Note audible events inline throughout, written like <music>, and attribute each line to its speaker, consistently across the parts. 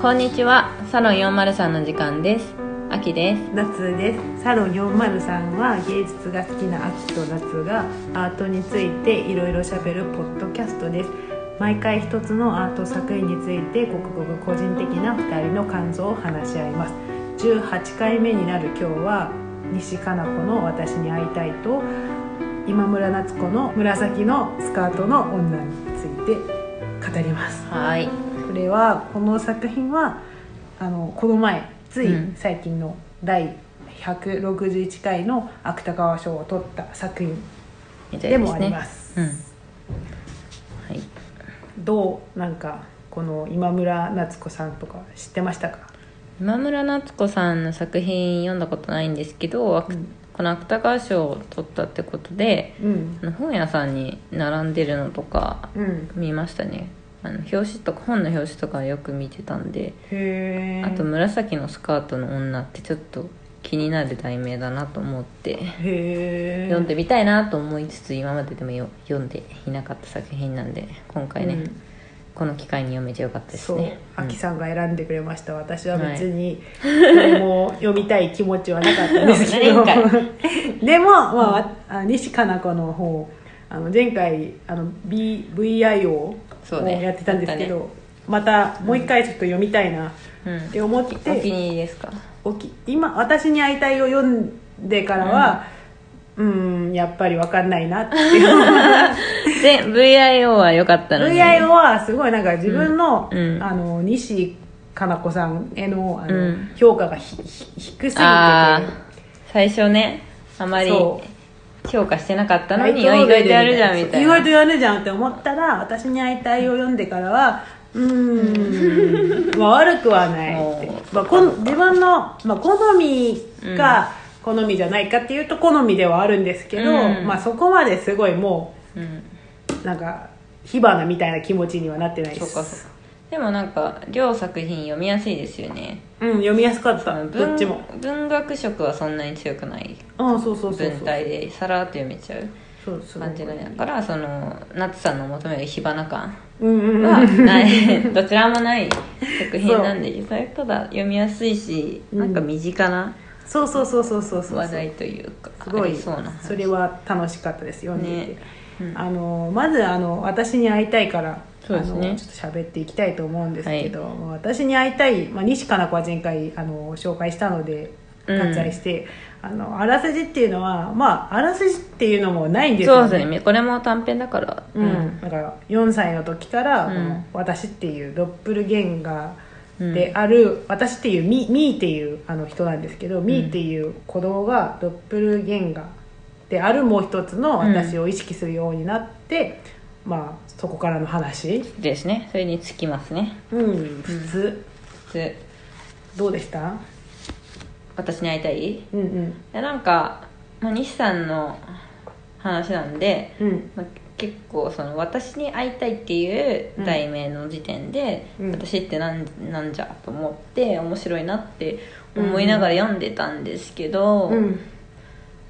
Speaker 1: こんにちは、サロン403の時間です。あきです。
Speaker 2: 夏ですサロン403は芸術が好きな秋と夏がアートについていろいろしゃべるポッドキャストです毎回一つのアート作品についてごくごく個人的な2人の感想を話し合います18回目になる今日は西加奈子の「私に会いたい」と今村夏子の「紫のスカートの女」について語ります
Speaker 1: はい。
Speaker 2: これはこの作品はあのこの前つい
Speaker 1: うん
Speaker 2: 最近の第161回の芥川賞を取った作品
Speaker 1: みたい
Speaker 2: で
Speaker 1: で
Speaker 2: も
Speaker 1: す
Speaker 2: あり
Speaker 1: ね。
Speaker 2: ます
Speaker 1: うん。はい。
Speaker 2: どうなんかこの今村夏子さんとか知ってましたか、
Speaker 1: 今村夏子さんの作品読んだことないんですけど、あく
Speaker 2: うん
Speaker 1: この芥川賞を取ったってことで、
Speaker 2: うん
Speaker 1: あの本屋さんに並んでるのとか
Speaker 2: うん、
Speaker 1: 見ましたね。あの表紙とか本の表紙とかよく見てたんで、
Speaker 2: へえ
Speaker 1: あと紫のスカートの女ってちょっと気になる題名だなと思って。
Speaker 2: へえ
Speaker 1: 読んでみたいなと思いつつ今まででもよ読んでいなかった作品なんで今回ね、
Speaker 2: うん
Speaker 1: この機会に読めてよかったです
Speaker 2: そう、
Speaker 1: ねう
Speaker 2: あ
Speaker 1: ん
Speaker 2: きさんが選んでくれました私は別
Speaker 1: <laughs>
Speaker 2: に誰も読みたい気持ちはなかったんですけ
Speaker 1: な
Speaker 2: ど
Speaker 1: いん
Speaker 2: <laughs> でも、まああ、西加奈子の方あの前回あの、B、VIO を
Speaker 1: そうね
Speaker 2: やってたんですけど、またもう一回ちょっと読みたいなっ
Speaker 1: うん
Speaker 2: て思
Speaker 1: お
Speaker 2: っ
Speaker 1: 気
Speaker 2: て、
Speaker 1: に入りですか
Speaker 2: おき今「私に会いたい」を読んでからは、うん、やっぱり分かんないなっ
Speaker 1: <laughs>
Speaker 2: ていう
Speaker 1: で VIO は良かったのに
Speaker 2: VIO はすごいなんか自分の,、
Speaker 1: うんうん
Speaker 2: あの西加奈子さんへのあの、
Speaker 1: うん
Speaker 2: 評価がひひ低すぎてて
Speaker 1: ああ最初ねあまり
Speaker 2: そ
Speaker 1: 評価してなかったの
Speaker 2: ライ
Speaker 1: に
Speaker 2: トノ
Speaker 1: あ意
Speaker 2: ベ
Speaker 1: 外
Speaker 2: ル
Speaker 1: とやるじゃんみたい
Speaker 2: 意
Speaker 1: な
Speaker 2: 外とやるじゃんって思ったら私に会いたいを読んでからはう
Speaker 1: <laughs>
Speaker 2: ーん、まあ、悪くはないって
Speaker 1: お、ー
Speaker 2: まあ、こん自分の、まあ、好みか、好みじゃないかっていうと好みではあるんですけど、
Speaker 1: うん
Speaker 2: まあ、そこまですごいも
Speaker 1: うん
Speaker 2: うなんか火花みたいな気持ちにはなってないで
Speaker 1: そう
Speaker 2: す
Speaker 1: かそうかでもなんか両作品読みやすいですよね
Speaker 2: うん、読みやすかった
Speaker 1: 文
Speaker 2: どっちも
Speaker 1: 文学色はそんなに強くない
Speaker 2: うんそうそうそうそう
Speaker 1: 文体でさらっと読めちゃう
Speaker 2: そうそう
Speaker 1: 感じのやからその夏さんの求める火花感
Speaker 2: うんうん
Speaker 1: は
Speaker 2: うん
Speaker 1: ない <laughs> どちらもない作品なんでそれただ読みやすいし
Speaker 2: うん
Speaker 1: なんか身近な
Speaker 2: そうそうそうそうそうそう
Speaker 1: 話題というか
Speaker 2: すご
Speaker 1: あ
Speaker 2: い
Speaker 1: りそうな話
Speaker 2: それは楽しかったです読んでいて、
Speaker 1: ねうん
Speaker 2: あのまずあの私に会いたいから
Speaker 1: そうですね
Speaker 2: あのちょっと喋っていきたいと思うんですけど、私に会いたい、まあ、西加奈子は前回あの紹介したので
Speaker 1: うん
Speaker 2: 割愛して、あのあらすじっていうのはまああらすじっていうのもないんです
Speaker 1: そう
Speaker 2: よね
Speaker 1: ですねこれも短編だから
Speaker 2: うんだから4歳の時から、
Speaker 1: うん
Speaker 2: この私っていうドップルゲンガーである、私っていうミミーっていうあの人なんですけど、ミーっていう子供がドップルゲンガーであるもう一つの私を意識するようになって、まあそこからの話、
Speaker 1: ですねそれにつきますね
Speaker 2: うん、普通、
Speaker 1: 普通
Speaker 2: どうでした
Speaker 1: 私に会いたいい
Speaker 2: うんうん
Speaker 1: やなんか、まあ、西さんの話なんで
Speaker 2: うん
Speaker 1: まあ結構その「私に会いたい」っていう題名の時点で「
Speaker 2: うん
Speaker 1: 私ってなんなんじゃ?」と思って面白いなって思いながら読んでたんですけど、
Speaker 2: うん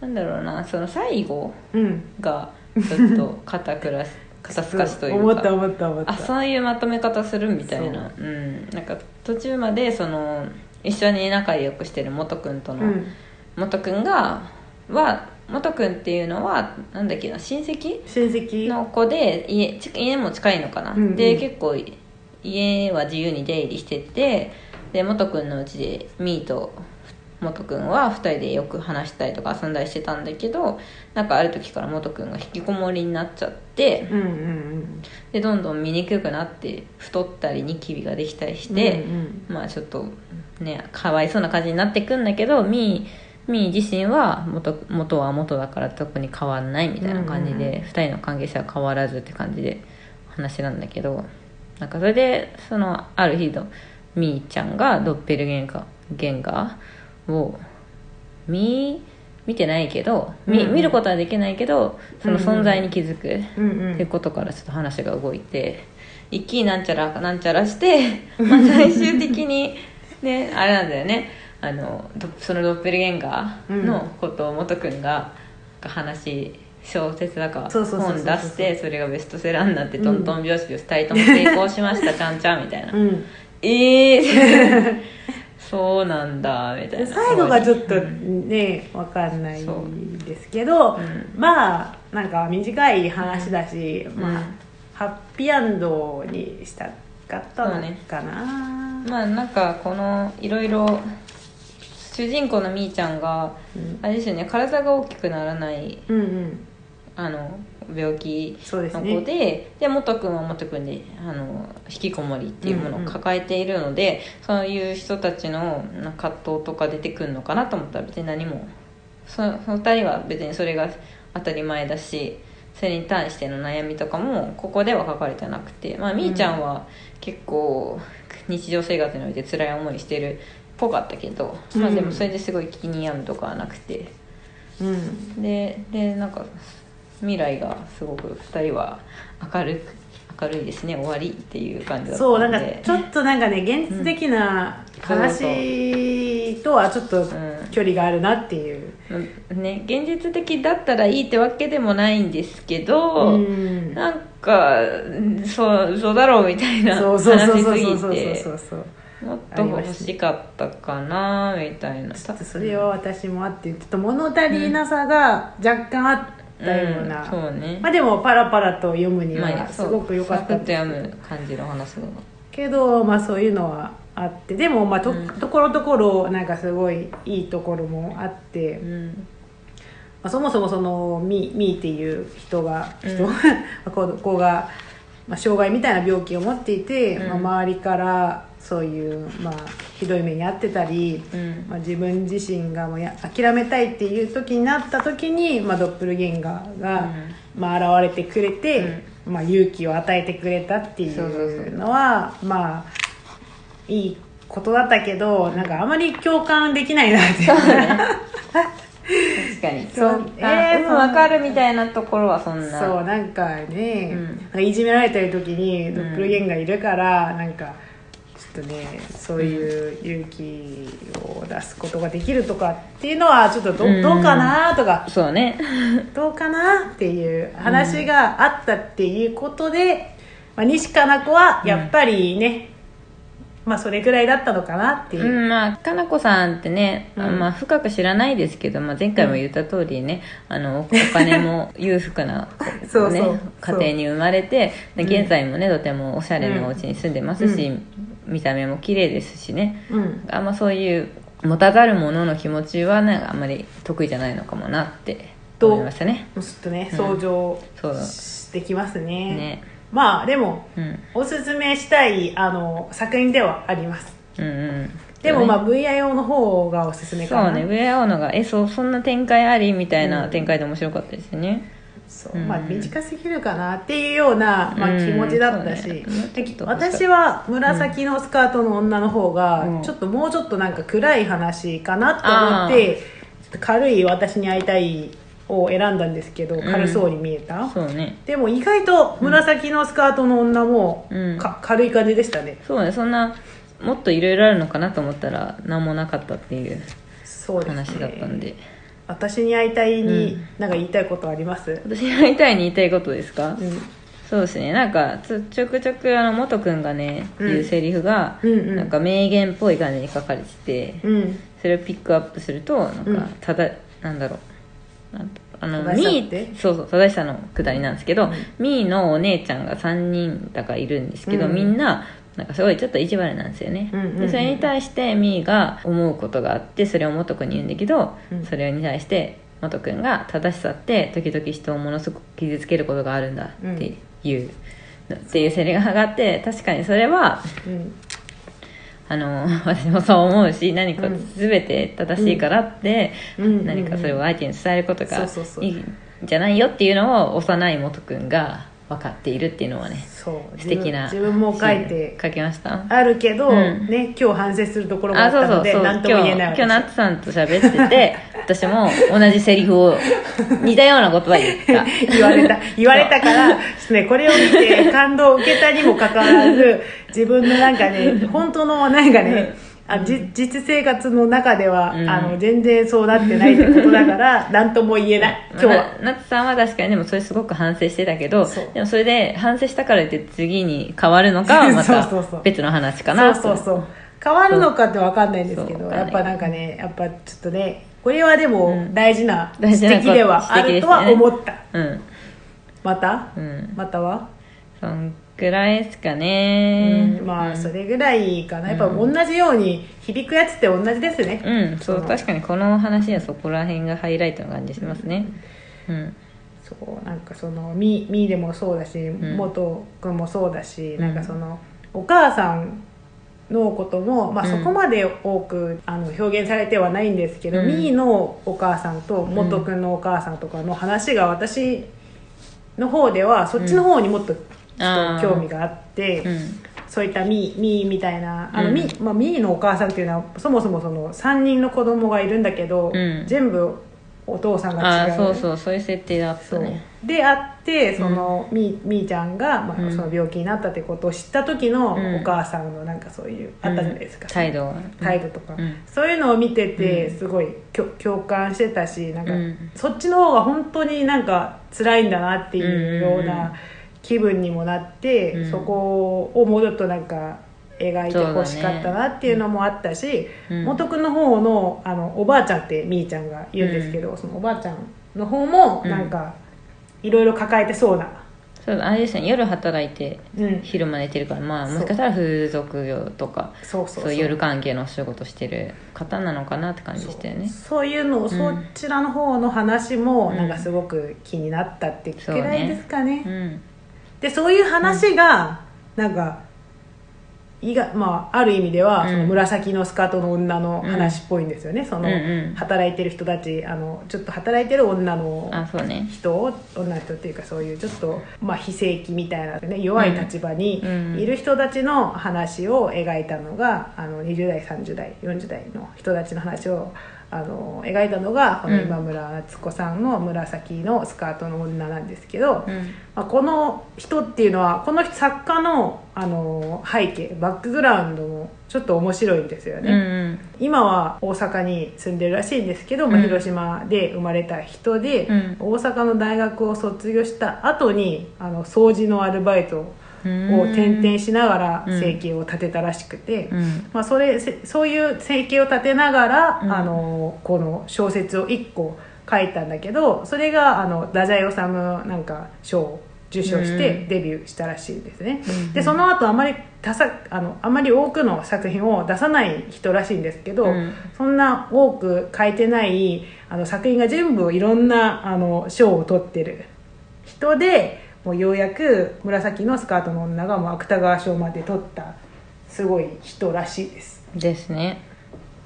Speaker 1: なんだろうなその最後
Speaker 2: うん
Speaker 1: がちょっと肩く
Speaker 2: <laughs>
Speaker 1: らし肩すかしとい
Speaker 2: 思
Speaker 1: う
Speaker 2: った
Speaker 1: か
Speaker 2: 思った思った
Speaker 1: あそういうまとめ方するみたいなう、ん、なんか途中までその一緒に仲良くしてる元君との、
Speaker 2: うん、
Speaker 1: 元君がは元君っていうのはなんだっけな親戚
Speaker 2: 親戚
Speaker 1: の子で家ち家も近いのかな、
Speaker 2: うんうん
Speaker 1: で結構家は自由に出入りしててで元君のうちでミーと元君は2人でよく話したりとか遊んだりしてたんだけどなんかある時から元君が引きこもりになっちゃって
Speaker 2: うんうんうん
Speaker 1: でどんどん醜くなって太ったりニキビができたりして、
Speaker 2: うんうん
Speaker 1: まあちょっとねかわいそうな感じになってくんだけどみーみー自身は元元は元だから特に変わんないみたいな感じ
Speaker 2: うんうんう
Speaker 1: で、二2人の関係性は変わらずって感じで話なんだけどなんかそれでそのある日のみーちゃんがドッペルゲンガーゲンガーをみー見てないけど、み
Speaker 2: うんうん
Speaker 1: 見ることはできないけどその存在に気づく。
Speaker 2: うん
Speaker 1: っ
Speaker 2: う
Speaker 1: ていうんことからちょっと話が動いて一気になんちゃらなんちゃらして、 <laughs> まあ、最終的にねあれなんだよねあのどそのドッペルゲンガーのことを元君がが話小説だか
Speaker 2: そうそうそうそう
Speaker 1: 本出してそれがベストセラーになってトントン拍子で2人とも成功しました、ちゃんちゃんみたいな
Speaker 2: うん
Speaker 1: えー、
Speaker 2: <laughs>
Speaker 1: そうなんだみたいな
Speaker 2: 最後がちょっと
Speaker 1: うん
Speaker 2: ねわかんない
Speaker 1: そう
Speaker 2: ですけど、
Speaker 1: うん
Speaker 2: まあなんか短い話だし、
Speaker 1: うん
Speaker 2: まあハッピーアンドにしたかったのかな、
Speaker 1: まあなんかこのいろいろ主人公のみーちゃんが
Speaker 2: うん
Speaker 1: あれですよね体が大きくならない
Speaker 2: うんうん
Speaker 1: あの病気
Speaker 2: そうです
Speaker 1: の
Speaker 2: ね
Speaker 1: 子で,、で元君は元君であの引きこもりっていうも
Speaker 2: うん
Speaker 1: の
Speaker 2: う
Speaker 1: を
Speaker 2: ん
Speaker 1: 抱えているので、そういう人たちのなんか葛藤とか出てくるのかなと思ったら別に何もそのその2人は別にそれが当たり前だしそれに対しての悩みとかもここでは書かれてなくて、まあ、みーちゃんは結構日常生活において辛い思いしてるっぽかったけど、まあ、でもそれですごい気に病むとかはなくて。
Speaker 2: うん
Speaker 1: ででなんか未来がすごく2人は明るく明るいですね終わりっていう感じだった
Speaker 2: そうなん
Speaker 1: の
Speaker 2: か
Speaker 1: で
Speaker 2: ちょっとなんかね現実的な話とはちょっと距離があるなっていう、
Speaker 1: うんね、現実的だったらいいってわけでもないんですけど、
Speaker 2: うん
Speaker 1: なんかうんそうそうだろうみたいな
Speaker 2: そう
Speaker 1: 話
Speaker 2: そうそ
Speaker 1: す
Speaker 2: うそうそう
Speaker 1: ぎ
Speaker 2: そう
Speaker 1: て
Speaker 2: そうそう
Speaker 1: もっと欲しかったかなみたいな
Speaker 2: ちょっとそれは私もあってちょっと物足りなさが若干あったような、
Speaker 1: うんそうね
Speaker 2: まあでもパラパラと読むに
Speaker 1: ま
Speaker 2: は
Speaker 1: あ
Speaker 2: す
Speaker 1: そう
Speaker 2: ごく良かった
Speaker 1: サ
Speaker 2: ん
Speaker 1: クッと
Speaker 2: です
Speaker 1: やむ感じの話だな
Speaker 2: けどまあそういうのはあってでもまあと,、
Speaker 1: うん
Speaker 2: ところどころなんかすごいいいところもあって、
Speaker 1: う
Speaker 2: ま
Speaker 1: ん
Speaker 2: あ、そもそもそのミミーっていう人が
Speaker 1: うん
Speaker 2: 人、 <laughs> こう子が、まあ、障害みたいな病気を持っていて、
Speaker 1: うん
Speaker 2: まあ、周りからそういう、まあ、ひどい目に遭ってたり、
Speaker 1: うん
Speaker 2: まあ、自分自身がもうや諦めたいっていう時になった時に、まあ、ドッペルゲンガーが、まあ、現れてくれて、まあ、勇気を与えてくれたってい
Speaker 1: そうそう
Speaker 2: うのはまあいいことだったけどなんかあまり共感できないなって
Speaker 1: そうね確か <laughs> に
Speaker 2: そう
Speaker 1: え
Speaker 2: あ
Speaker 1: ー、
Speaker 2: そう
Speaker 1: 分かるみたいなところはそんな
Speaker 2: そうなんかね、
Speaker 1: うん
Speaker 2: なんかいじめられてる時にドッペルゲンガーいるから、なんかちょっとねそういう勇気を出すことができるとかっていうのはちょっとど,、
Speaker 1: うん
Speaker 2: どうかなとか
Speaker 1: そうね
Speaker 2: どうかなっていう話があったっていうことで、まあ、西加奈子はやっぱりね、まあそれぐらいだったのかなっていうう、
Speaker 1: んまあかなこさんってね、
Speaker 2: うん
Speaker 1: まあ、深く知らないですけど、まあ、前回も言った通りね、あのお金も裕福な、ね、
Speaker 2: <laughs> そうそう
Speaker 1: 家庭に生まれてで
Speaker 2: うん
Speaker 1: 現在もねとてもおしゃれなお家に住んでますし、
Speaker 2: う
Speaker 1: 見た目も綺麗ですしね
Speaker 2: うん
Speaker 1: あんまそういう持たざる者の気持ちはなんかあんまり得意じゃないのかもなって思いましたね
Speaker 2: ちょっとね
Speaker 1: うん
Speaker 2: 想像
Speaker 1: そう
Speaker 2: できますね,、
Speaker 1: ね
Speaker 2: まあでも
Speaker 1: うん
Speaker 2: おすすめしたいあの作品ではあります
Speaker 1: うんうん
Speaker 2: でもまあ VIO の方がおすすめか
Speaker 1: そ
Speaker 2: な
Speaker 1: うね上青野が「えそうそんな展開あり?」みたいうなん展開で面白かったですよね、
Speaker 2: そ
Speaker 1: う
Speaker 2: う
Speaker 1: ん
Speaker 2: まあ短すぎるかなっていうような、まあ、
Speaker 1: うん
Speaker 2: 気持ちだったし、
Speaker 1: そうねもうちょっと
Speaker 2: 私は紫のスカートの女の方が、
Speaker 1: うん
Speaker 2: ちょっともうちょっとなんか暗い話かなと思って、ちょっと軽い「私に会いたい」を選んだんですけど
Speaker 1: ん
Speaker 2: 軽そうに見えた、
Speaker 1: そうね
Speaker 2: でも意外と紫のスカートの女も、
Speaker 1: うん
Speaker 2: か軽い感じでしたね
Speaker 1: そうねそんなもっといろいろあるのかなと思ったら何もなかったっていう
Speaker 2: そうですね
Speaker 1: 話だったんで
Speaker 2: 私に会いたいに、
Speaker 1: うん
Speaker 2: なんか言いたいことあります、
Speaker 1: 私が言いたいに言いたいことですか、
Speaker 2: うん
Speaker 1: そうですねなんかつちょくちょくあの元君がね、
Speaker 2: うん
Speaker 1: 言うセリフが、
Speaker 2: うんうん
Speaker 1: なんか名言っぽい感じに書かれてて、
Speaker 2: うん
Speaker 1: それをピックアップするとなん
Speaker 2: うん
Speaker 1: かただ、なんだろうなんあの
Speaker 2: 正しさっ
Speaker 1: ミ
Speaker 2: て
Speaker 1: ーそうそう正しさのくだりなんですけど、
Speaker 2: うん
Speaker 1: ミーのお姉ちゃんが3人だかいるんですけど、
Speaker 2: うん
Speaker 1: みんななんかすごいちょっと意地悪なんですよね、
Speaker 2: うんうんうん
Speaker 1: でそれに対してミーが思うことがあってそれを元君に言うんだけど、
Speaker 2: うん
Speaker 1: それに対して元君が正しさって時々人をものすごく傷つけることがあるんだっていう、っていうセリフがあって確かにそれは
Speaker 2: うん
Speaker 1: あの <laughs> 私もそう思うし何か全て正しいからって、
Speaker 2: うん
Speaker 1: 何かそれを相手に伝えること
Speaker 2: そ
Speaker 1: が
Speaker 2: うそうそう
Speaker 1: いいんじゃないよっていうのを幼い元君が分かっているっていうのはね
Speaker 2: そう
Speaker 1: 素敵な
Speaker 2: 自分自分も書いて
Speaker 1: 書きました
Speaker 2: あるけど、
Speaker 1: うん
Speaker 2: ね今日反省するところがあ
Speaker 1: あ
Speaker 2: っ
Speaker 1: そう
Speaker 2: た
Speaker 1: そ
Speaker 2: の
Speaker 1: うそ
Speaker 2: で
Speaker 1: う
Speaker 2: 何とも言えな
Speaker 1: 今
Speaker 2: い
Speaker 1: 日今日ナッツさんと喋って
Speaker 2: <laughs>
Speaker 1: て私も同じセリフを似たような言葉言った
Speaker 2: <laughs> 言われた言われたから、ね、これを見て感動を受けたにもかかわらず自分のなんかね本当のなんかねあじ実生活の中では、
Speaker 1: うん
Speaker 2: あの全然そうなってないってこと
Speaker 1: <laughs>
Speaker 2: だから何とも言えない今日は、
Speaker 1: ななつさんは確かにでもそれすごく反省してたけど
Speaker 2: そう
Speaker 1: でもそれで反省したからって次に変わるのかはまた
Speaker 2: <laughs> そうそうそう
Speaker 1: 別の話かな
Speaker 2: そうそうそう変わるのかって分かんないんですけ
Speaker 1: そう
Speaker 2: ど
Speaker 1: わかん
Speaker 2: や
Speaker 1: な
Speaker 2: っ
Speaker 1: い
Speaker 2: ぱなんかねやっぱちょっとねこれはでも大事な
Speaker 1: 大
Speaker 2: 指
Speaker 1: 事なこと
Speaker 2: 摘ではあるとは
Speaker 1: 指摘ですね
Speaker 2: 思った、
Speaker 1: うん
Speaker 2: また
Speaker 1: うん
Speaker 2: または、
Speaker 1: そんくらいですか
Speaker 2: う
Speaker 1: ね
Speaker 2: ん、まあそれぐらいかなやっぱ同じように響くやつって同じですね、
Speaker 1: うんそ
Speaker 2: そうの
Speaker 1: 確かにこの話にはそこら辺がハイライトな感じしますねうん
Speaker 2: そうなんかそのみみーでもそうだし
Speaker 1: ん
Speaker 2: 元君もそうだし、
Speaker 1: うん
Speaker 2: なんかそのお母さんのことも、まあ、
Speaker 1: うん
Speaker 2: そこまで多く、あの表現されてはないんですけど、
Speaker 1: うん
Speaker 2: みーのお母さんと元君のお母さんとかの話が私の方ではそっちの方にもっとちょ
Speaker 1: あ
Speaker 2: っと
Speaker 1: ー
Speaker 2: 興味があって、
Speaker 1: うん
Speaker 2: そういったみーみーみたいなあの、
Speaker 1: うん
Speaker 2: みーまあ、みーのお母さんっていうのはそもそもその3人の子供がいるんだけ
Speaker 1: う
Speaker 2: ど、
Speaker 1: ん
Speaker 2: 全部お父さんが
Speaker 1: あ
Speaker 2: 違う
Speaker 1: あそうそうそういう設定だっ
Speaker 2: そ
Speaker 1: た
Speaker 2: う
Speaker 1: ね
Speaker 2: であってその、みみーちゃんが、まあ
Speaker 1: うん
Speaker 2: その病気になったってことを知った時の
Speaker 1: うん
Speaker 2: お母さんのなんかそういう、あったじゃないです
Speaker 1: う
Speaker 2: か、
Speaker 1: ん態度が
Speaker 2: 態度とか、
Speaker 1: うん
Speaker 2: そういうのを見てて
Speaker 1: う
Speaker 2: すごい共共感してたしなんか、
Speaker 1: うん
Speaker 2: そっちの方が本当になんか辛いんだなっていうよう
Speaker 1: うんうんうん
Speaker 2: な気分にもなって、
Speaker 1: うん
Speaker 2: そこをもうちょっとなんか描いてほしかったなっていうのもあったし、
Speaker 1: うん
Speaker 2: 元君の方のあのおばあちゃんってみーちゃんが言うんですけど、そのおばあちゃんの方も
Speaker 1: うん
Speaker 2: なんかいろいろ抱えてそうな、
Speaker 1: そうあれですね夜働いて
Speaker 2: うん、
Speaker 1: 昼まで寝てるからまあ
Speaker 2: そう
Speaker 1: もしかしたら風俗業とか
Speaker 2: そう
Speaker 1: そ
Speaker 2: そううそう
Speaker 1: 夜関係のお仕事してる方なのかなって感じでしたよね
Speaker 2: そうそういうのをそちらの方の話も
Speaker 1: うん
Speaker 2: なんかすごく気になったってくらいですかね。
Speaker 1: うん
Speaker 2: でそういう話がなんか、いがまあ、ある意味では、
Speaker 1: うん
Speaker 2: その紫のスカートの女の話っぽいんですよね、その
Speaker 1: うんうん
Speaker 2: 働いてる人たちあのちょっと働いてる女の
Speaker 1: あそうね
Speaker 2: 人を女の人っていうかそういうちょっと、まあ、非正規みたいな、ね、弱い立場に
Speaker 1: うん
Speaker 2: いる人たちの話を描いたのが、あの20代30代40代の人たちの話をあの描いたのがこの今村夏子さんの「紫のスカートの女」なんですけど、
Speaker 1: うん
Speaker 2: まあ、この人っていうのはこの作家のあの背景バックグラウンドもちょっと面白いんですよ
Speaker 1: うんう
Speaker 2: ね、
Speaker 1: ん
Speaker 2: 今は大阪に住んでるらしいんですけど、まあ
Speaker 1: うん
Speaker 2: 広島で生まれた人で、
Speaker 1: うん
Speaker 2: 大阪の大学を卒業した後にあの掃除のアルバイトを
Speaker 1: うん
Speaker 2: 転々しながら
Speaker 1: うん
Speaker 2: 生計を立てたらしくて、
Speaker 1: うん
Speaker 2: まあ、それせそういう生計を立てながら、
Speaker 1: うん
Speaker 2: あのこの小説を1個書いたんだけどそれがあの太宰治なんか賞を受賞して
Speaker 1: うん
Speaker 2: デビューしたらしいんですね、
Speaker 1: うん
Speaker 2: でその後あまり多作あのあまり多くの作品を出さない人らしいんですけど、
Speaker 1: うん
Speaker 2: そんな多く書いてないあの作品が全部いろんなあの賞を取ってる人でもうようやく紫のスカートの女がもう芥川賞まで取ったすごい人らしいです
Speaker 1: ですね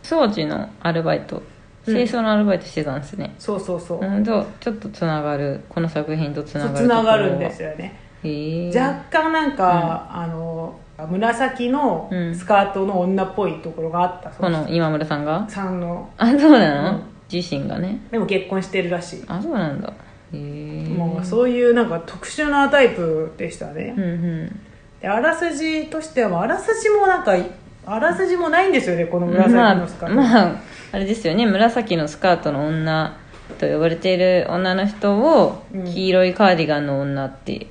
Speaker 1: 掃除のアルバイト
Speaker 2: うん
Speaker 1: 清掃のアルバイトしてたんですね
Speaker 2: そうそうそう、
Speaker 1: うんとちょっとつながるこの作品とつな
Speaker 2: そう
Speaker 1: がる
Speaker 2: つながるんです
Speaker 1: よ
Speaker 2: よね、
Speaker 1: へえ
Speaker 2: 若干なんか、あの紫の
Speaker 1: うん
Speaker 2: スカートの女っぽいところがあった、そ
Speaker 1: この今村さんが
Speaker 2: さんの
Speaker 1: あそうな
Speaker 2: う
Speaker 1: の自身がね
Speaker 2: でも結婚してるらしい、
Speaker 1: あそうなんだへえ
Speaker 2: もうそういうなんか特殊なタイプでしたね、
Speaker 1: うんうん
Speaker 2: であらすじとしてはあらすじもなんかあらすじもないんですよねこの紫のスカート、
Speaker 1: まあ、まあ、あれですよね紫のスカートの女と呼ばれている女の人を
Speaker 2: うん
Speaker 1: 黄色いカーディガンの女って、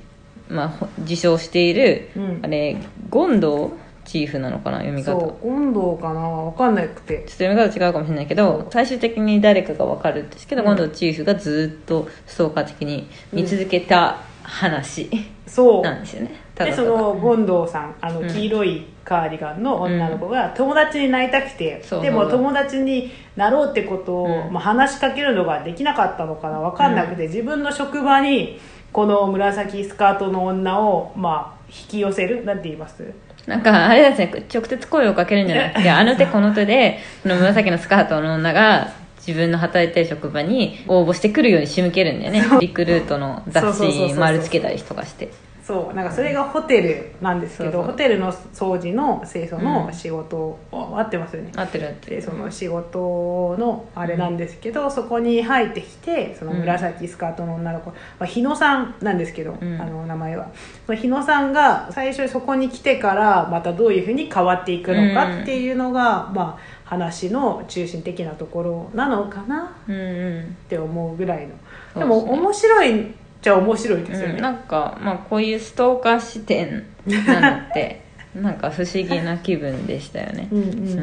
Speaker 1: まあほ、自称している、
Speaker 2: うん
Speaker 1: あれゴンドウチーフなのかな読み
Speaker 2: そ
Speaker 1: 方ちょっ
Speaker 2: う今度かな分かんなくて
Speaker 1: と読み方違うかもしれないけど最終的に誰かが分かるんですけど、
Speaker 2: うん
Speaker 1: ゴンドウチーフがずっとストーカー的に見続けた話
Speaker 2: そう
Speaker 1: なんですよね、た
Speaker 2: で
Speaker 1: だ
Speaker 2: そ
Speaker 1: ただ
Speaker 2: の権藤さんあの
Speaker 1: ん
Speaker 2: 黄色いカーディガンの女の子が友達になりたくて、
Speaker 1: そう
Speaker 2: でも
Speaker 1: そう
Speaker 2: 友達になろうってことを、
Speaker 1: うん
Speaker 2: まあ、話しかけるのができなかったのかな分かんなくて、自分の職場にこの紫スカートの女を、まあ、引き寄せるなんて言います
Speaker 1: なんかあれですね直接声をかけるんじゃなくてあの手この手でこの紫のスカートの女が自分の働いてる職場に応募してくるように仕向けるんだよねリクルートの雑
Speaker 2: そうそうそうそ
Speaker 1: 誌
Speaker 2: うそう
Speaker 1: 丸つけたりとかして
Speaker 2: そうなんかそれがホテルなんですけど
Speaker 1: そうそう
Speaker 2: ホテルの掃除の清掃の
Speaker 1: うん
Speaker 2: 仕事、を合ってますよね
Speaker 1: 合ってる合って
Speaker 2: で
Speaker 1: る
Speaker 2: その仕事のあれなんですけど、そこに入ってきてその紫スカートの女の子、まあ、日野さんなんですけど、
Speaker 1: うん
Speaker 2: あの名前はその日野さんが最初そこに来てからまたどういうふうに変わっていくのかっていうのが、まあ、話の中心的なところなのかな
Speaker 1: うんうん
Speaker 2: って思うぐらいの
Speaker 1: そう
Speaker 2: で
Speaker 1: ですね
Speaker 2: も面白いっちゃ面白いですよ
Speaker 1: うん
Speaker 2: ね、
Speaker 1: なんか、まあ、こういうストーカー視点なのって <laughs> なんか不思議な気分でしたよね
Speaker 2: うんうん
Speaker 1: うん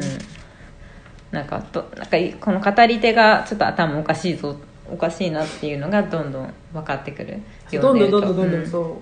Speaker 1: なんかとなんかいこの語り手がちょっと頭おかしいぞおかしいなっていうのがどんどん分かってくる
Speaker 2: どんどんどんどんどんどん、
Speaker 1: 読でると
Speaker 2: そ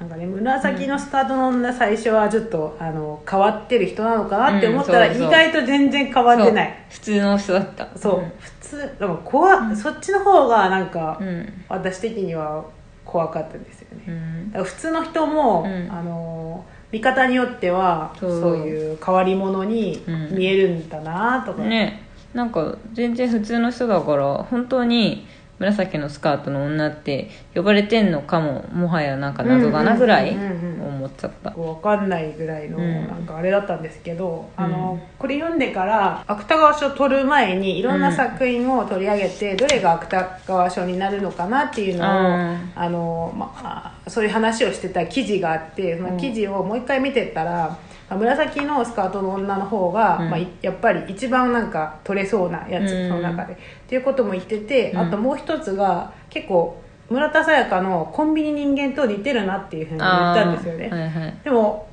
Speaker 2: うなんかね紫のスカートの女最初はちょっとあの変わってる人なのかなって思ったら、
Speaker 1: うんそうそう
Speaker 2: 意外と全然変わってない
Speaker 1: そう普通の人だった
Speaker 2: そう普通でも怖、そっちの方がなんか、
Speaker 1: うんうん
Speaker 2: 私的には怖かったんですよね、
Speaker 1: うん
Speaker 2: だから普通の人も、
Speaker 1: うん
Speaker 2: あの見方によってはそ
Speaker 1: そうう
Speaker 2: いう変わり者に
Speaker 1: うん
Speaker 2: 見えるんだなとか、
Speaker 1: ねなんか全然普通の人だから本当に紫のスカートの女って呼ばれてんのかももはやなんか謎だなぐらい
Speaker 2: うんうんうんうんうん
Speaker 1: 思っちゃった
Speaker 2: 分かんないぐらいの
Speaker 1: うん
Speaker 2: なんかあれだったんですけど、
Speaker 1: うん
Speaker 2: あのこれ読んでから芥川賞を取る前にいろんな作品を取り上げて、どれが芥川賞になるのかなっていうのを、
Speaker 1: あ
Speaker 2: あのまあ、そういう話をしてた記事があってその記事をもう一回見てったら、まあ紫のスカートの女の方が、
Speaker 1: うん
Speaker 2: まあ、いやっぱり一番なんか取れそうなやつ、
Speaker 1: うん
Speaker 2: その中で。っていうことも言ってて、
Speaker 1: うん
Speaker 2: あともう一つが結構村田沙耶香の「コンビニ人間」と似てるなっていうふうに言ったんですよね。
Speaker 1: あーはいはい
Speaker 2: でも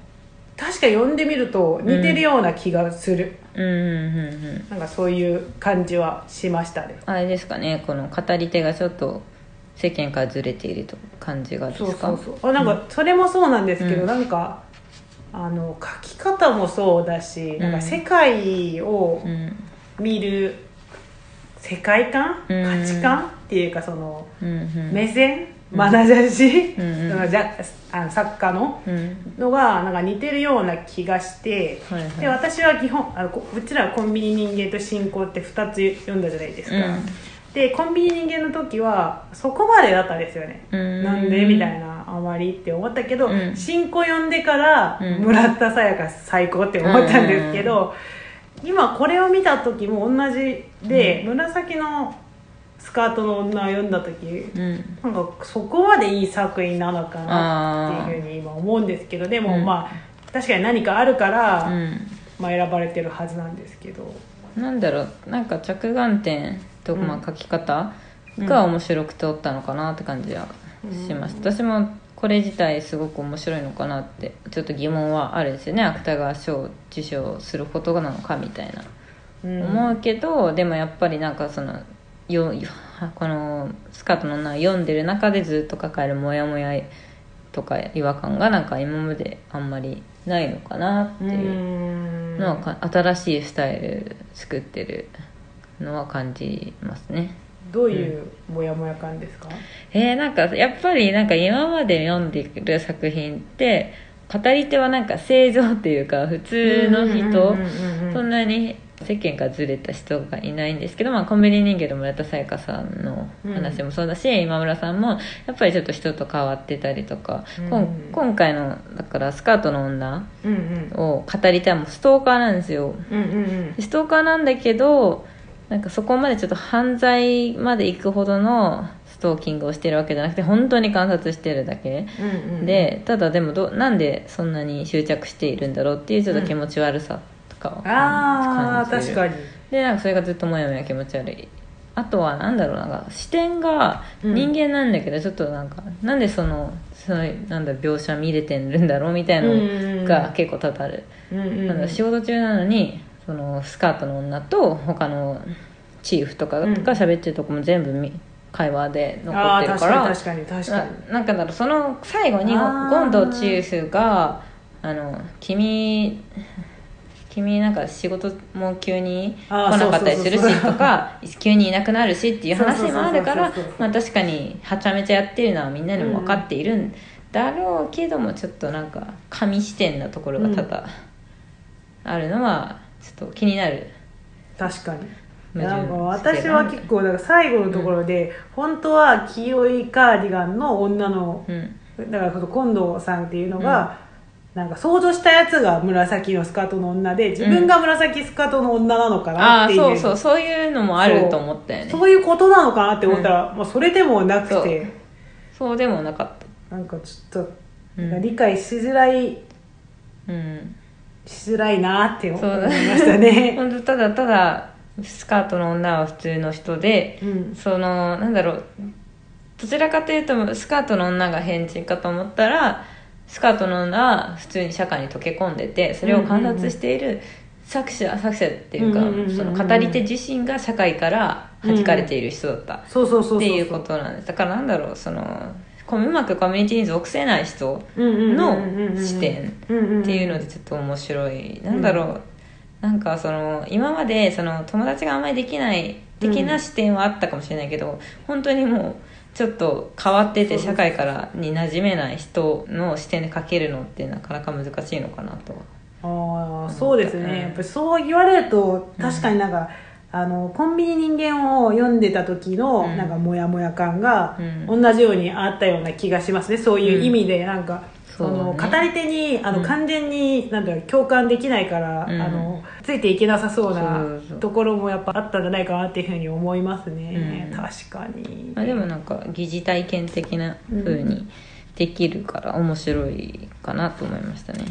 Speaker 2: 確か読んでみると似てるような気がする、
Speaker 1: うんうんうんうん
Speaker 2: なんかそういう感じはしましたね
Speaker 1: あれですかねこの語り手がちょっと世間からずれていると感じがです
Speaker 2: そ
Speaker 1: か
Speaker 2: うそうそうあなんかそれもそうなんですけど、
Speaker 1: うん
Speaker 2: なんかあの書き方もそうだし、
Speaker 1: ん
Speaker 2: なんか世界を
Speaker 1: うん
Speaker 2: 見る世界観、
Speaker 1: うん
Speaker 2: 価値観っていうかその
Speaker 1: うんうん
Speaker 2: 目線、眼差し、
Speaker 1: うんうん
Speaker 2: そのじゃあの作家の
Speaker 1: うん
Speaker 2: のがなんか似てるような気がして、
Speaker 1: はいはい
Speaker 2: で私は基本あのこうちらはコンビニ人間と信仰って2つ読んだじゃないですか、
Speaker 1: うん
Speaker 2: でコンビニ人間の時はそこまでだったんですよね、
Speaker 1: うん
Speaker 2: なんでみたいなあまりって思ったけど、
Speaker 1: うん
Speaker 2: 信仰読んでから
Speaker 1: うん
Speaker 2: もらったさやか最高って思ったんですけど、今これを見た時も同じで、紫のスカートの女を読んだ時、
Speaker 1: うん
Speaker 2: なんかそこまでいい作品なのかなっていうふうに今思うんですけどでも
Speaker 1: うん
Speaker 2: まあ確かに何かあるから、
Speaker 1: うん
Speaker 2: まあ、選ばれてるはずなんですけど
Speaker 1: なんだろうなんか着眼点と、
Speaker 2: うん
Speaker 1: まあ、書き方が面白くておったのかなって感じはしました、私もこれ自体すごく面白いのかなってちょっと疑問はあるんですよね芥川賞を受賞することなのかみたいな
Speaker 2: うん
Speaker 1: 思うけど、でもやっぱりなんかそのよよこのスカートの女を読んでる中でずっと抱えるモヤモヤとか違和感がなんか今まであんまりないのかなっていう
Speaker 2: うん
Speaker 1: のはか、新しいスタイル作ってるのは感じますね。
Speaker 2: どういうモヤモヤ感ですか、
Speaker 1: えー、なんかやっぱりなんか今まで読んでる作品って語り手はなんか正常っていうか普通の人、
Speaker 2: うんうんうん
Speaker 1: そんなに世間からずれた人がいないんですけど、まあ、コンビニ人間の村田沙耶香さんの話もそうだし、今村さんもやっぱりちょっと人と変わってたりとか、こん
Speaker 2: うん
Speaker 1: 今回のだから「スカートの女
Speaker 2: うんうん」
Speaker 1: を語りたいもうストーカーなんですよ
Speaker 2: うんうんうん
Speaker 1: ストーカーなんだけどなんかそこまでちょっと犯罪まで行くほどのストーキングをしてるわけじゃなくて本当に観察してるだけ
Speaker 2: うんうん
Speaker 1: でただでもどなんでそんなに執着しているんだろうっていうちょっと気持ち悪さとかを
Speaker 2: あ
Speaker 1: 感
Speaker 2: あ
Speaker 1: じる
Speaker 2: 確かに
Speaker 1: でなんかそれがずっとモヤモヤ気持ち悪いあとはなんだろうなんか視点が
Speaker 2: うん
Speaker 1: 人間なんだけどちょっとなんか、なんでそのそのなんだ描写見れてるんだろうみたいなのが結構多々ある、
Speaker 2: うんうんうん
Speaker 1: なんだろう仕事中なのにそのスカートの女と他のチーフとかが
Speaker 2: うん
Speaker 1: 喋ってるとこも全部み会話で残
Speaker 2: あ
Speaker 1: っ
Speaker 2: あ
Speaker 1: てる
Speaker 2: 確
Speaker 1: か
Speaker 2: からに確かに確か
Speaker 1: な
Speaker 2: に
Speaker 1: なんかだろうその最後に
Speaker 2: あー
Speaker 1: ゴンドチーフが「あの君君なんか仕事も急に来
Speaker 2: あー
Speaker 1: なかったりする
Speaker 2: そうそう
Speaker 1: し」
Speaker 2: そうそう
Speaker 1: とか「急にいなくなるし」っていう話もあるから
Speaker 2: そうそうそうそうそう
Speaker 1: まあ確かにはちゃめちゃやってるのはみんなにも分かっているんだろうけどもちょっとなんか神視点なところが多々あるのはちょっと気になる。
Speaker 2: 確かに
Speaker 1: 矛盾
Speaker 2: なんか
Speaker 1: してる
Speaker 2: 私
Speaker 1: な
Speaker 2: は結構だから最後のところで、本当は黄色いカーディガンの女の
Speaker 1: うん
Speaker 2: だからこそ近藤さんっていうのが、なんか想像したやつが紫のスカートの女で自分が紫スカートの女なのか
Speaker 1: あ
Speaker 2: なっ
Speaker 1: あ
Speaker 2: ていう、
Speaker 1: そうそうそういうのもあると思ったよねそう
Speaker 2: そういうことなのかなって思ったら、まあ、それでもなくて
Speaker 1: でもなかった
Speaker 2: なんかちょっと、
Speaker 1: うん
Speaker 2: なんか理解しづらい
Speaker 1: うん
Speaker 2: しづらいなって思い
Speaker 1: そうだ
Speaker 2: ましたね。
Speaker 1: <laughs> 本当ただただスカートの女は普通の人で <laughs>
Speaker 2: うん
Speaker 1: そのなんだろうどちらかというとスカートの女が変人かと思ったらスカートの女は普通に社会に溶け込んでてそれを観察している作者、作者っていうか、
Speaker 2: うんうんうんうん
Speaker 1: その語り手自身が社会から弾かれている人だった、
Speaker 2: そうそうそうそう
Speaker 1: っていうことなんですだからなんだろうそのこううまくコミュニティに属せない人っの視点っていうのでちょっと面白いなんだろう、なんかその今までその友達があんまりできない的な視点はあったかもしれないけど、本当にもうちょっと変わってて
Speaker 2: そうそう
Speaker 1: 社会からに馴染めない人の視点で書けるのってなかなか難しいのかなとは
Speaker 2: ああそうです
Speaker 1: うん
Speaker 2: ねやっぱりそう言われると確かになんか、あのコンビニ人間を読んでた時の、
Speaker 1: うん
Speaker 2: なんかモヤモヤ感が
Speaker 1: う
Speaker 2: 同じようにあったような気がしますねそういう意味でなんか、
Speaker 1: そうね
Speaker 2: の語り手にあの、
Speaker 1: うん
Speaker 2: 完全になんだろう共感できないから、
Speaker 1: うん
Speaker 2: あのついていけなさそう
Speaker 1: そ
Speaker 2: な
Speaker 1: うそう
Speaker 2: ところもやっぱあったんじゃないかなっていうふうに思いますね、
Speaker 1: うん
Speaker 2: 確かに、
Speaker 1: まあ、でもなんか疑似体験的な風にできるから面白いかなと思いましたね、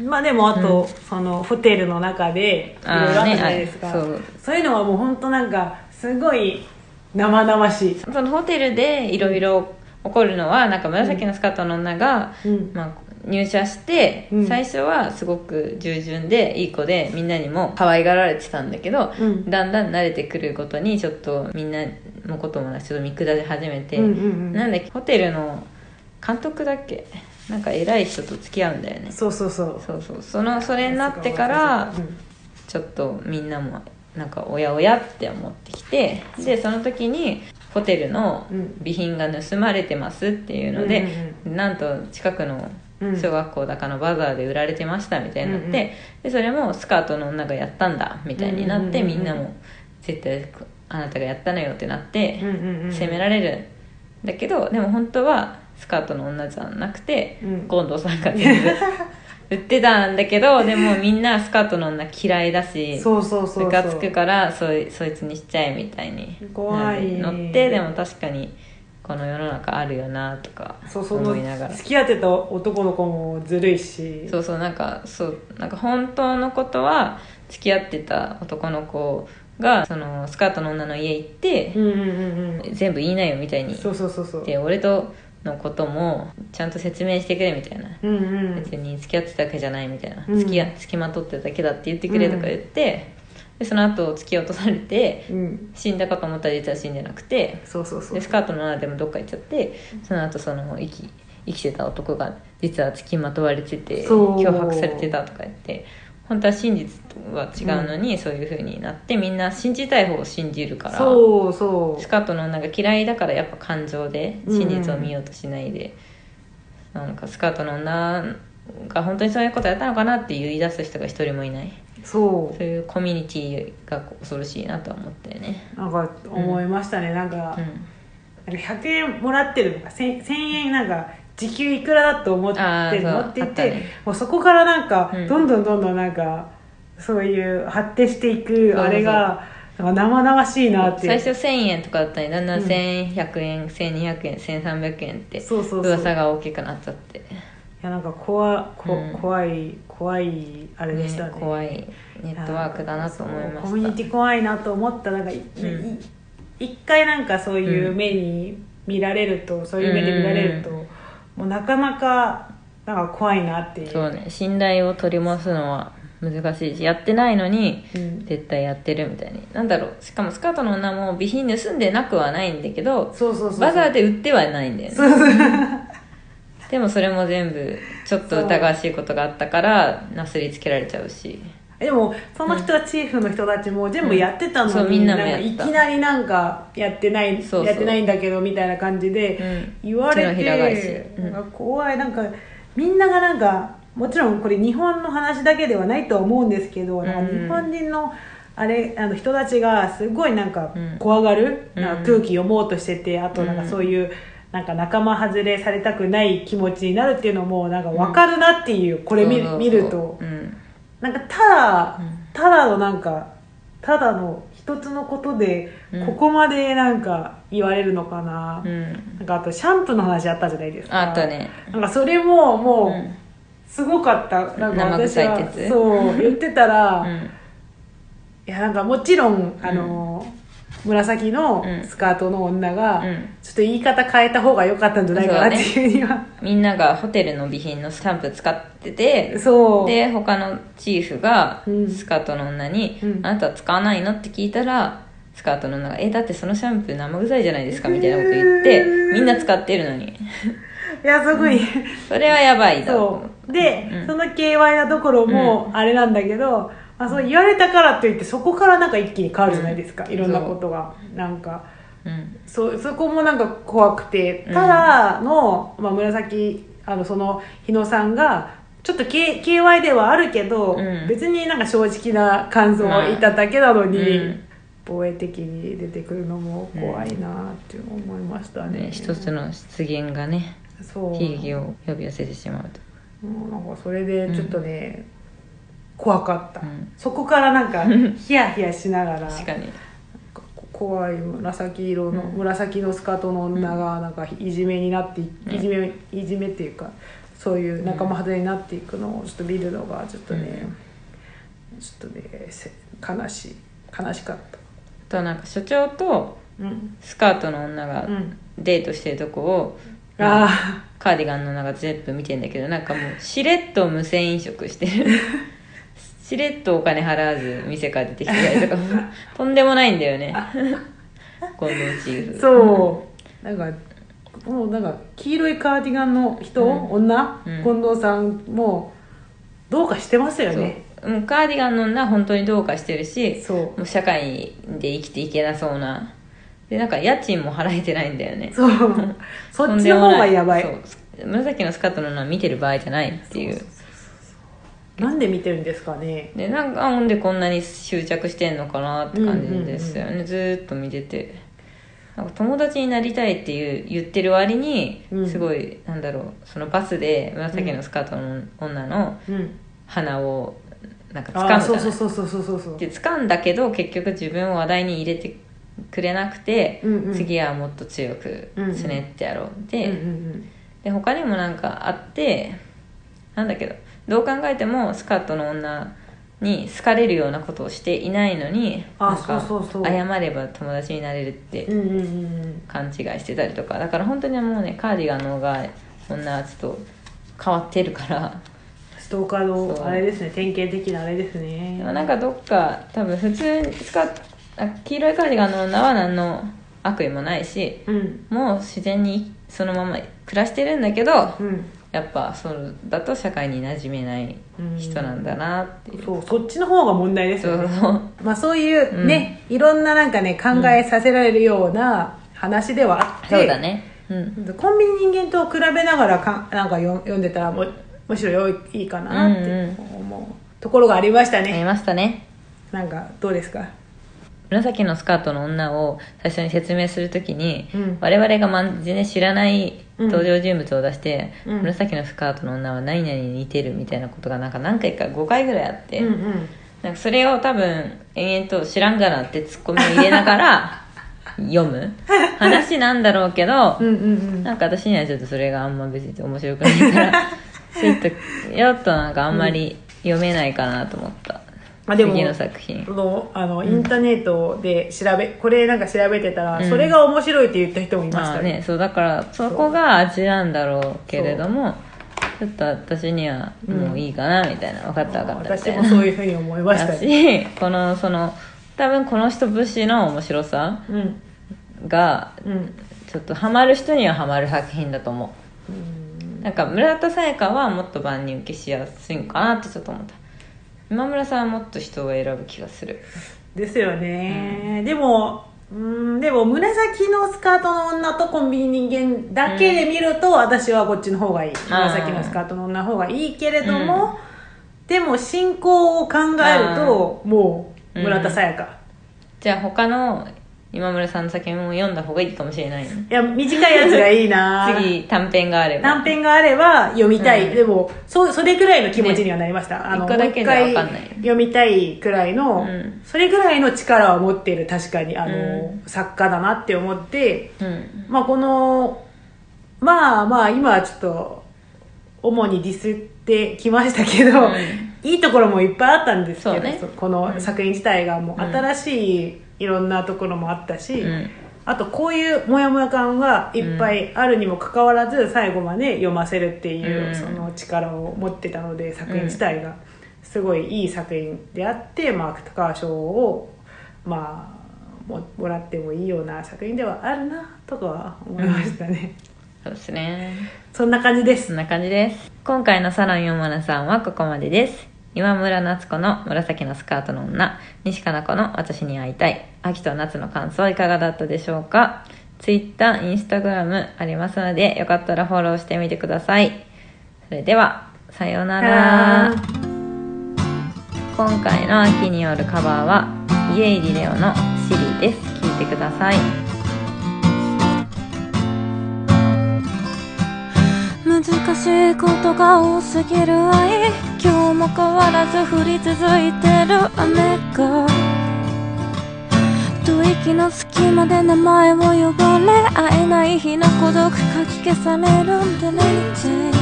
Speaker 2: うんまあでもあと、そのホテルの中でいろいろあったじゃないですか、
Speaker 1: あーねあれそう
Speaker 2: そういうのはもう本当なんかすごい生々しい、
Speaker 1: そのホテルでいろいろ起こるのはなんか紫のスカートの女が、
Speaker 2: うん
Speaker 1: まあ、入社して、
Speaker 2: うん
Speaker 1: 最初はすごく従順でいい子でみんなにも可愛がられてたんだけど、
Speaker 2: うん
Speaker 1: だんだん慣れてくることにちょっとみんなのこともなくちょっと見下し始めて、
Speaker 2: うんうん
Speaker 1: な
Speaker 2: うん
Speaker 1: だっけホテルの監督だっけなんか偉い人と付き合うんだよね
Speaker 2: ん、そうそうそう
Speaker 1: そうそうそのそれになってから
Speaker 2: うん
Speaker 1: ちょっとみんなもなんかおやおやって思ってきてでその時にホテルの
Speaker 2: うん
Speaker 1: 備品が盗まれてますっていうので、なんと近くの
Speaker 2: うん
Speaker 1: 小学校だかのバザーで売られてましたみたいになって、
Speaker 2: うんうんうん
Speaker 1: でそれもスカートの女がやったんだみたいになって、
Speaker 2: うんうんうんうん
Speaker 1: みんなも絶対あなたがやったのよってなって
Speaker 2: うんうんうん
Speaker 1: 責められるんだけどでも本当はスカートの女じゃなくて、
Speaker 2: うん
Speaker 1: ゴンドウさんが
Speaker 2: <laughs>
Speaker 1: 全部売ってたんだけどでもみんなスカートの女嫌いだし
Speaker 2: そうそうそうそう
Speaker 1: ムカつくからそいそいつにしちゃえみたいに
Speaker 2: 怖い
Speaker 1: なるのってでも確かにこの世の中あるよなとか
Speaker 2: そうその
Speaker 1: 思いながら
Speaker 2: 付き合ってた男の子もずるいし
Speaker 1: そうそうなんかそうなんか本当のことは付き合ってた男の子がそのスカートの女の家行って、
Speaker 2: うんうんうんうん
Speaker 1: 全部言いなよみたいに
Speaker 2: そうそうそうそう
Speaker 1: で俺とのこともちゃんと説明してくれみたいな、
Speaker 2: うんうん
Speaker 1: 別に付き合ってたわけじゃないみたいな、
Speaker 2: うん
Speaker 1: 付き合付きまとってるだけだって言ってくれとか言って、でその後突き落とされて
Speaker 2: うん
Speaker 1: 死んだかと思ったら実は死んでなくて
Speaker 2: そうそうそう
Speaker 1: でスカートの穴でもどっか行っちゃってその後その生き生きてた男が実は付きまとわれてて
Speaker 2: そう
Speaker 1: 脅迫されてたとか言って本当は真実とは違うのに、そういう風になってみんな信じたい方を信じるから
Speaker 2: そうそう
Speaker 1: スカートの女が嫌いだからやっぱ感情で真実を見ようとしないで、なんかスカートの女が本当にそういうことやったのかなって言い出す人が一人もいない
Speaker 2: そう
Speaker 1: そういうコミュニティが恐ろしいなとは思ったよね
Speaker 2: なんか思いましたね、なんか
Speaker 1: うん、
Speaker 2: なんか100円もらってるのか 1000, 1000円なんか時給いくらだと思ってるの
Speaker 1: あーそう
Speaker 2: って言っ
Speaker 1: あ
Speaker 2: て
Speaker 1: ったね
Speaker 2: もうそこからなんか、
Speaker 1: うん
Speaker 2: どんどんどんどんなんかそういう発展していく
Speaker 1: そう
Speaker 2: あれがなんか生々しいなっていう
Speaker 1: 最初1000円とかだったのにだんだん1100円、1200円1300円って
Speaker 2: そうそうそう
Speaker 1: 噂が大きくなっちゃって
Speaker 2: いやなんか怖こ、
Speaker 1: うん
Speaker 2: 怖い怖いあれでしたね
Speaker 1: ね怖いネットワークだなと思いま
Speaker 2: コミュニ
Speaker 1: し
Speaker 2: テ
Speaker 1: た
Speaker 2: ィ怖いなと思ったなんかいい
Speaker 1: うん
Speaker 2: い一回なんかそういううん目に見られると、そういう目で見られると、
Speaker 1: うん
Speaker 2: もうなかなかなんか怖いなっていう
Speaker 1: そうね信頼を取り戻すのは難しいしやってないのに
Speaker 2: うん
Speaker 1: 絶対やってるみたいになんだろうしかもスカートの女も備品盗んでなくはないんだけど
Speaker 2: そうそうそうそう
Speaker 1: バザーで売ってはないんだよねでもそれも全部ちょっと疑わしいことがあったからなすりつけられちゃうし
Speaker 2: でもその人はチーフの人たちも全部やってたのに、
Speaker 1: うんそうみんなもやった
Speaker 2: んかいきなりなんかやってない
Speaker 1: そうそう
Speaker 2: やってないんだけどみたいな感じで
Speaker 1: うん
Speaker 2: 言われて、
Speaker 1: 手のひら返しうん
Speaker 2: なんか怖いなんかみんながなんかもちろんこれ日本の話だけではないとは思うんですけど、なんか日本人のあれあの人たちがすごいなんか
Speaker 1: うん
Speaker 2: 怖がる、
Speaker 1: うん
Speaker 2: なんか空気読もうとしててあとなんかそういう。なんか仲間外れされたくない気持ちになるっていうのもなんか分かるなっていう、こ
Speaker 1: こ
Speaker 2: れ見る見ると
Speaker 1: うん
Speaker 2: なんかただ、
Speaker 1: うん
Speaker 2: ただのなんかただの一つのことで
Speaker 1: うん
Speaker 2: ここまでなんか言われるのかな、
Speaker 1: うん
Speaker 2: なんかあとシャンプーの話あったじゃないですか
Speaker 1: あったね
Speaker 2: なんかそれももう、
Speaker 1: うん
Speaker 2: すごかったなんか
Speaker 1: 生
Speaker 2: 私
Speaker 1: 臭い
Speaker 2: は
Speaker 1: ってやつ <laughs>
Speaker 2: そう言ってたら、
Speaker 1: う
Speaker 2: い
Speaker 1: ん
Speaker 2: やなんかもちろんあの、紫の
Speaker 1: うん
Speaker 2: スカートの女が、
Speaker 1: うん
Speaker 2: ちょっと言い方変えた方が良かったんじゃないかなっていうには
Speaker 1: みんながホテルの備品のシャンプー使ってて
Speaker 2: そう,、
Speaker 1: で他のチーフが
Speaker 2: うん
Speaker 1: スカートの女に「
Speaker 2: うん
Speaker 1: あなたは使わないの?」って聞いたらスカートの女が「えだってそのシャンプー生臭いじゃないですか」みたいなこと言っ
Speaker 2: へ
Speaker 1: て
Speaker 2: ー
Speaker 1: みんな使ってるのに
Speaker 2: いやすごい、
Speaker 1: それはやばいだ
Speaker 2: そ
Speaker 1: ろ
Speaker 2: うで、
Speaker 1: うん
Speaker 2: その KY なところもあれなんだけど、まあ、そう言われたからといってそこからなんか一気に変わるじゃないですか、いろんなことがなんか
Speaker 1: う、うん
Speaker 2: そそこもなんか怖くてただの、まあ、紫あのその日野さんがちょっと、K、KY ではあるけど、
Speaker 1: うん
Speaker 2: 別になんか正直な感想をいただけなのに、
Speaker 1: まあうん
Speaker 2: 防衛的に出てくるのも怖いなって思いましたね、
Speaker 1: ね、一つの出現がね
Speaker 2: そう
Speaker 1: 悲劇を呼び寄せてしまうと
Speaker 2: もうなんかそれでちょっとね、怖かった、
Speaker 1: うん
Speaker 2: そこからなんかヒヤヒヤしながら
Speaker 1: 確かに
Speaker 2: こ怖い紫色の、
Speaker 1: うん
Speaker 2: 紫のスカートの女がなんかいじめになってい,、
Speaker 1: うん
Speaker 2: じめいじめっていうかそういう仲間外れになっていくのをちょっと見るのがちょっとね、ちょっとねせ悲しい悲しか
Speaker 1: あ
Speaker 2: った
Speaker 1: とはなんか所長と
Speaker 2: うん、
Speaker 1: スカートの女が
Speaker 2: うん、
Speaker 1: デートしてるとこを、
Speaker 2: ああ
Speaker 1: カーディガンの中全部見てんだけどなんかもうしれっと無銭飲食して
Speaker 2: <laughs>
Speaker 1: るしれっとお金払わず店から出てきたりとかも
Speaker 2: <laughs>
Speaker 1: とんでもないんだよね近藤チーフ
Speaker 2: そうなんかもうなんか黄色いカーディガンの人、
Speaker 1: うん
Speaker 2: 女、
Speaker 1: うん
Speaker 2: 近藤さんもどうかしてますよ
Speaker 1: そう
Speaker 2: ね
Speaker 1: もうカーディガンの女は本当にどうかしてるし
Speaker 2: そう
Speaker 1: もう社会で生きていけなそうなでなんか家賃も払えてないんだよね
Speaker 2: そう
Speaker 1: <laughs>
Speaker 2: そっちの方がやばい
Speaker 1: とんでもなそう紫のスカートの女は見てる場合じゃないっていう
Speaker 2: そうそうなんで見てるんですかね
Speaker 1: でなんかなんでこんなに執着してんのかなって感じですよね、
Speaker 2: う
Speaker 1: ずーっと見ててなんか友達になりたいっていう言ってる割に、
Speaker 2: うん
Speaker 1: すごいなんだろうそのバスで紫のスカートの女の
Speaker 2: うん
Speaker 1: 鼻をなんか掴むじゃな
Speaker 2: あ
Speaker 1: い
Speaker 2: あそうそうそうそうそうそうそう
Speaker 1: で掴んだけど結局自分を話題に入れてくれなくて、
Speaker 2: うんうん
Speaker 1: 次はもっと強くつねってやろうって、
Speaker 2: うんうん
Speaker 1: で他にもなんかあってなんだけどどう考えてもスカートの女に好かれるようなことをしていないのに
Speaker 2: あ
Speaker 1: なんか
Speaker 2: そうそうそう
Speaker 1: 謝れば友達になれるって
Speaker 2: うんうんうん
Speaker 1: 勘違いしてたりとかだから本当にもうねカーディガンの方が女はちょっと変わってるから
Speaker 2: ストーカー
Speaker 1: そう
Speaker 2: のあれですね典型的なあれですね
Speaker 1: でもなんかどっか多分普通にスカあ黄色いカーディガンの女は何の悪意もないし
Speaker 2: うん
Speaker 1: もう自然にそのまま暮らしてるんだけど
Speaker 2: うん
Speaker 1: やっぱそうだと社会に馴染めない人なんだなっていう、
Speaker 2: そうそっちの方が問題です
Speaker 1: そ
Speaker 2: よ
Speaker 1: う
Speaker 2: ね
Speaker 1: そう
Speaker 2: まあ、そういうね、いろんななんかね考えさせられるような話ではあって、
Speaker 1: そうだねうん
Speaker 2: コンビニ人間と比べながらかなんかよ読んでたらもむしろよいいいかなっ
Speaker 1: うんう
Speaker 2: て
Speaker 1: ん
Speaker 2: 思うところがありまし
Speaker 1: あ
Speaker 2: た
Speaker 1: り
Speaker 2: ね、
Speaker 1: ましたね
Speaker 2: なんかどうですか
Speaker 1: 紫のスカートの女を最初に説明するときに、
Speaker 2: うん
Speaker 1: 我々がまん全然知らない登場人物を出して、
Speaker 2: うん
Speaker 1: 紫のスカートの女は何々に似てるみたいなことがなんか何回か5回ぐらいあって、
Speaker 2: うんうん
Speaker 1: なんかそれを多分延々と知らんがなってツッコミを入れながら読
Speaker 2: <laughs>
Speaker 1: む話なんだろうけど、
Speaker 2: うんうん
Speaker 1: なんか私にはちょっとそれがあんま別に面白くないから
Speaker 2: <laughs>
Speaker 1: ちょっとちょっとなんかあんまり読めないかなと思った、
Speaker 2: まあでも
Speaker 1: 次の作品
Speaker 2: うんのあのインターネットで調べこれなんか調べてたら、
Speaker 1: うん
Speaker 2: それが面白いって言った人もいまし
Speaker 1: まあ
Speaker 2: た
Speaker 1: ねそうだからそこが味なんだろうけれどもちょっと私にはもういいかなみたいな、分かった分かったみた
Speaker 2: 私
Speaker 1: い
Speaker 2: も
Speaker 1: な
Speaker 2: そういうふうに思いました
Speaker 1: だ
Speaker 2: ね、
Speaker 1: しこのその多分この人節の面白さ
Speaker 2: うん
Speaker 1: が
Speaker 2: うん
Speaker 1: ちょっとハマる人にはハマる作品だと思
Speaker 2: うん
Speaker 1: うなんか村田沙耶香はもっと万人受けしやすいのかなってちょっと思った今村さんはもっと人を選ぶ気がする
Speaker 2: ですよね、でもうーんでも紫のスカートの女とコンビニ人間だけで見ると、私はこっちの方がいい紫のスカートの女の方がいいけれども、でも進行を考えると、もう村田沙耶香、
Speaker 1: じゃあ他の今村さんの作品も読んだ方がいいかもしれないね
Speaker 2: いや短いやつがいいな
Speaker 1: <laughs> 次短編があれば
Speaker 2: 短編があれば読みたい、
Speaker 1: うん
Speaker 2: でもそうそれぐらいの気持ちにはなりました、あの
Speaker 1: 一個だけじゃ
Speaker 2: もう一回
Speaker 1: わかんないよ
Speaker 2: 読みたいくらいの、
Speaker 1: うん
Speaker 2: それぐらいの力を持っている確かにあの、
Speaker 1: う
Speaker 2: 作家だなって思って
Speaker 1: うん
Speaker 2: まあこのまあまあ今はちょっと主にディスってきましたけど、
Speaker 1: うん
Speaker 2: いいところもいっぱいあったんですけど、
Speaker 1: そうね
Speaker 2: そこの作品自体がもう
Speaker 1: うん
Speaker 2: 新しいいろんなところもあったし、
Speaker 1: うん
Speaker 2: あとこういうモヤモヤ感がいっぱいあるにもかかわらず最後まで読ませるっていう、
Speaker 1: うん
Speaker 2: その力を持ってたので作品自体がすごいいい作品であって、まあ、芥川賞をまあももらってもいいような作品ではあるなとかは思いましたね、
Speaker 1: そうですね
Speaker 2: そんな感じで
Speaker 1: そ
Speaker 2: す
Speaker 1: んな感じです今回のサロン4マナさんはここまでです今村夏子の紫のスカートの女西加奈子の私に会いたい秋と夏の感想いかがだったでしょうか Twitter、Instagram ありますのでよかったらフォローしてみてくださいそれではさようなら
Speaker 2: あー
Speaker 1: 今回の秋によるカバーは家入レオの「シリ」です聞いてください
Speaker 3: 難しいことが多すぎる愛今日も変わらず降り続いてる雨が吐息の隙間で名前を呼ばれ会えない日の孤独かき消されるんだね Day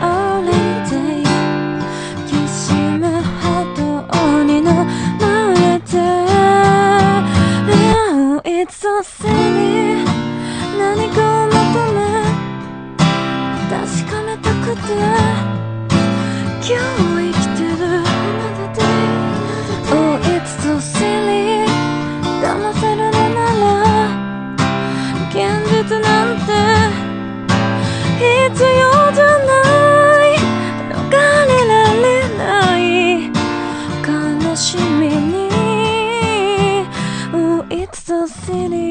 Speaker 3: Early Day きしむ波動に飲まれて Now It's so silly 何かを求め確かめたくて今日生きてる Oh it's so silly 騙せるのなら現実なんて必要じゃない逃れられない悲しみに Oh it's so silly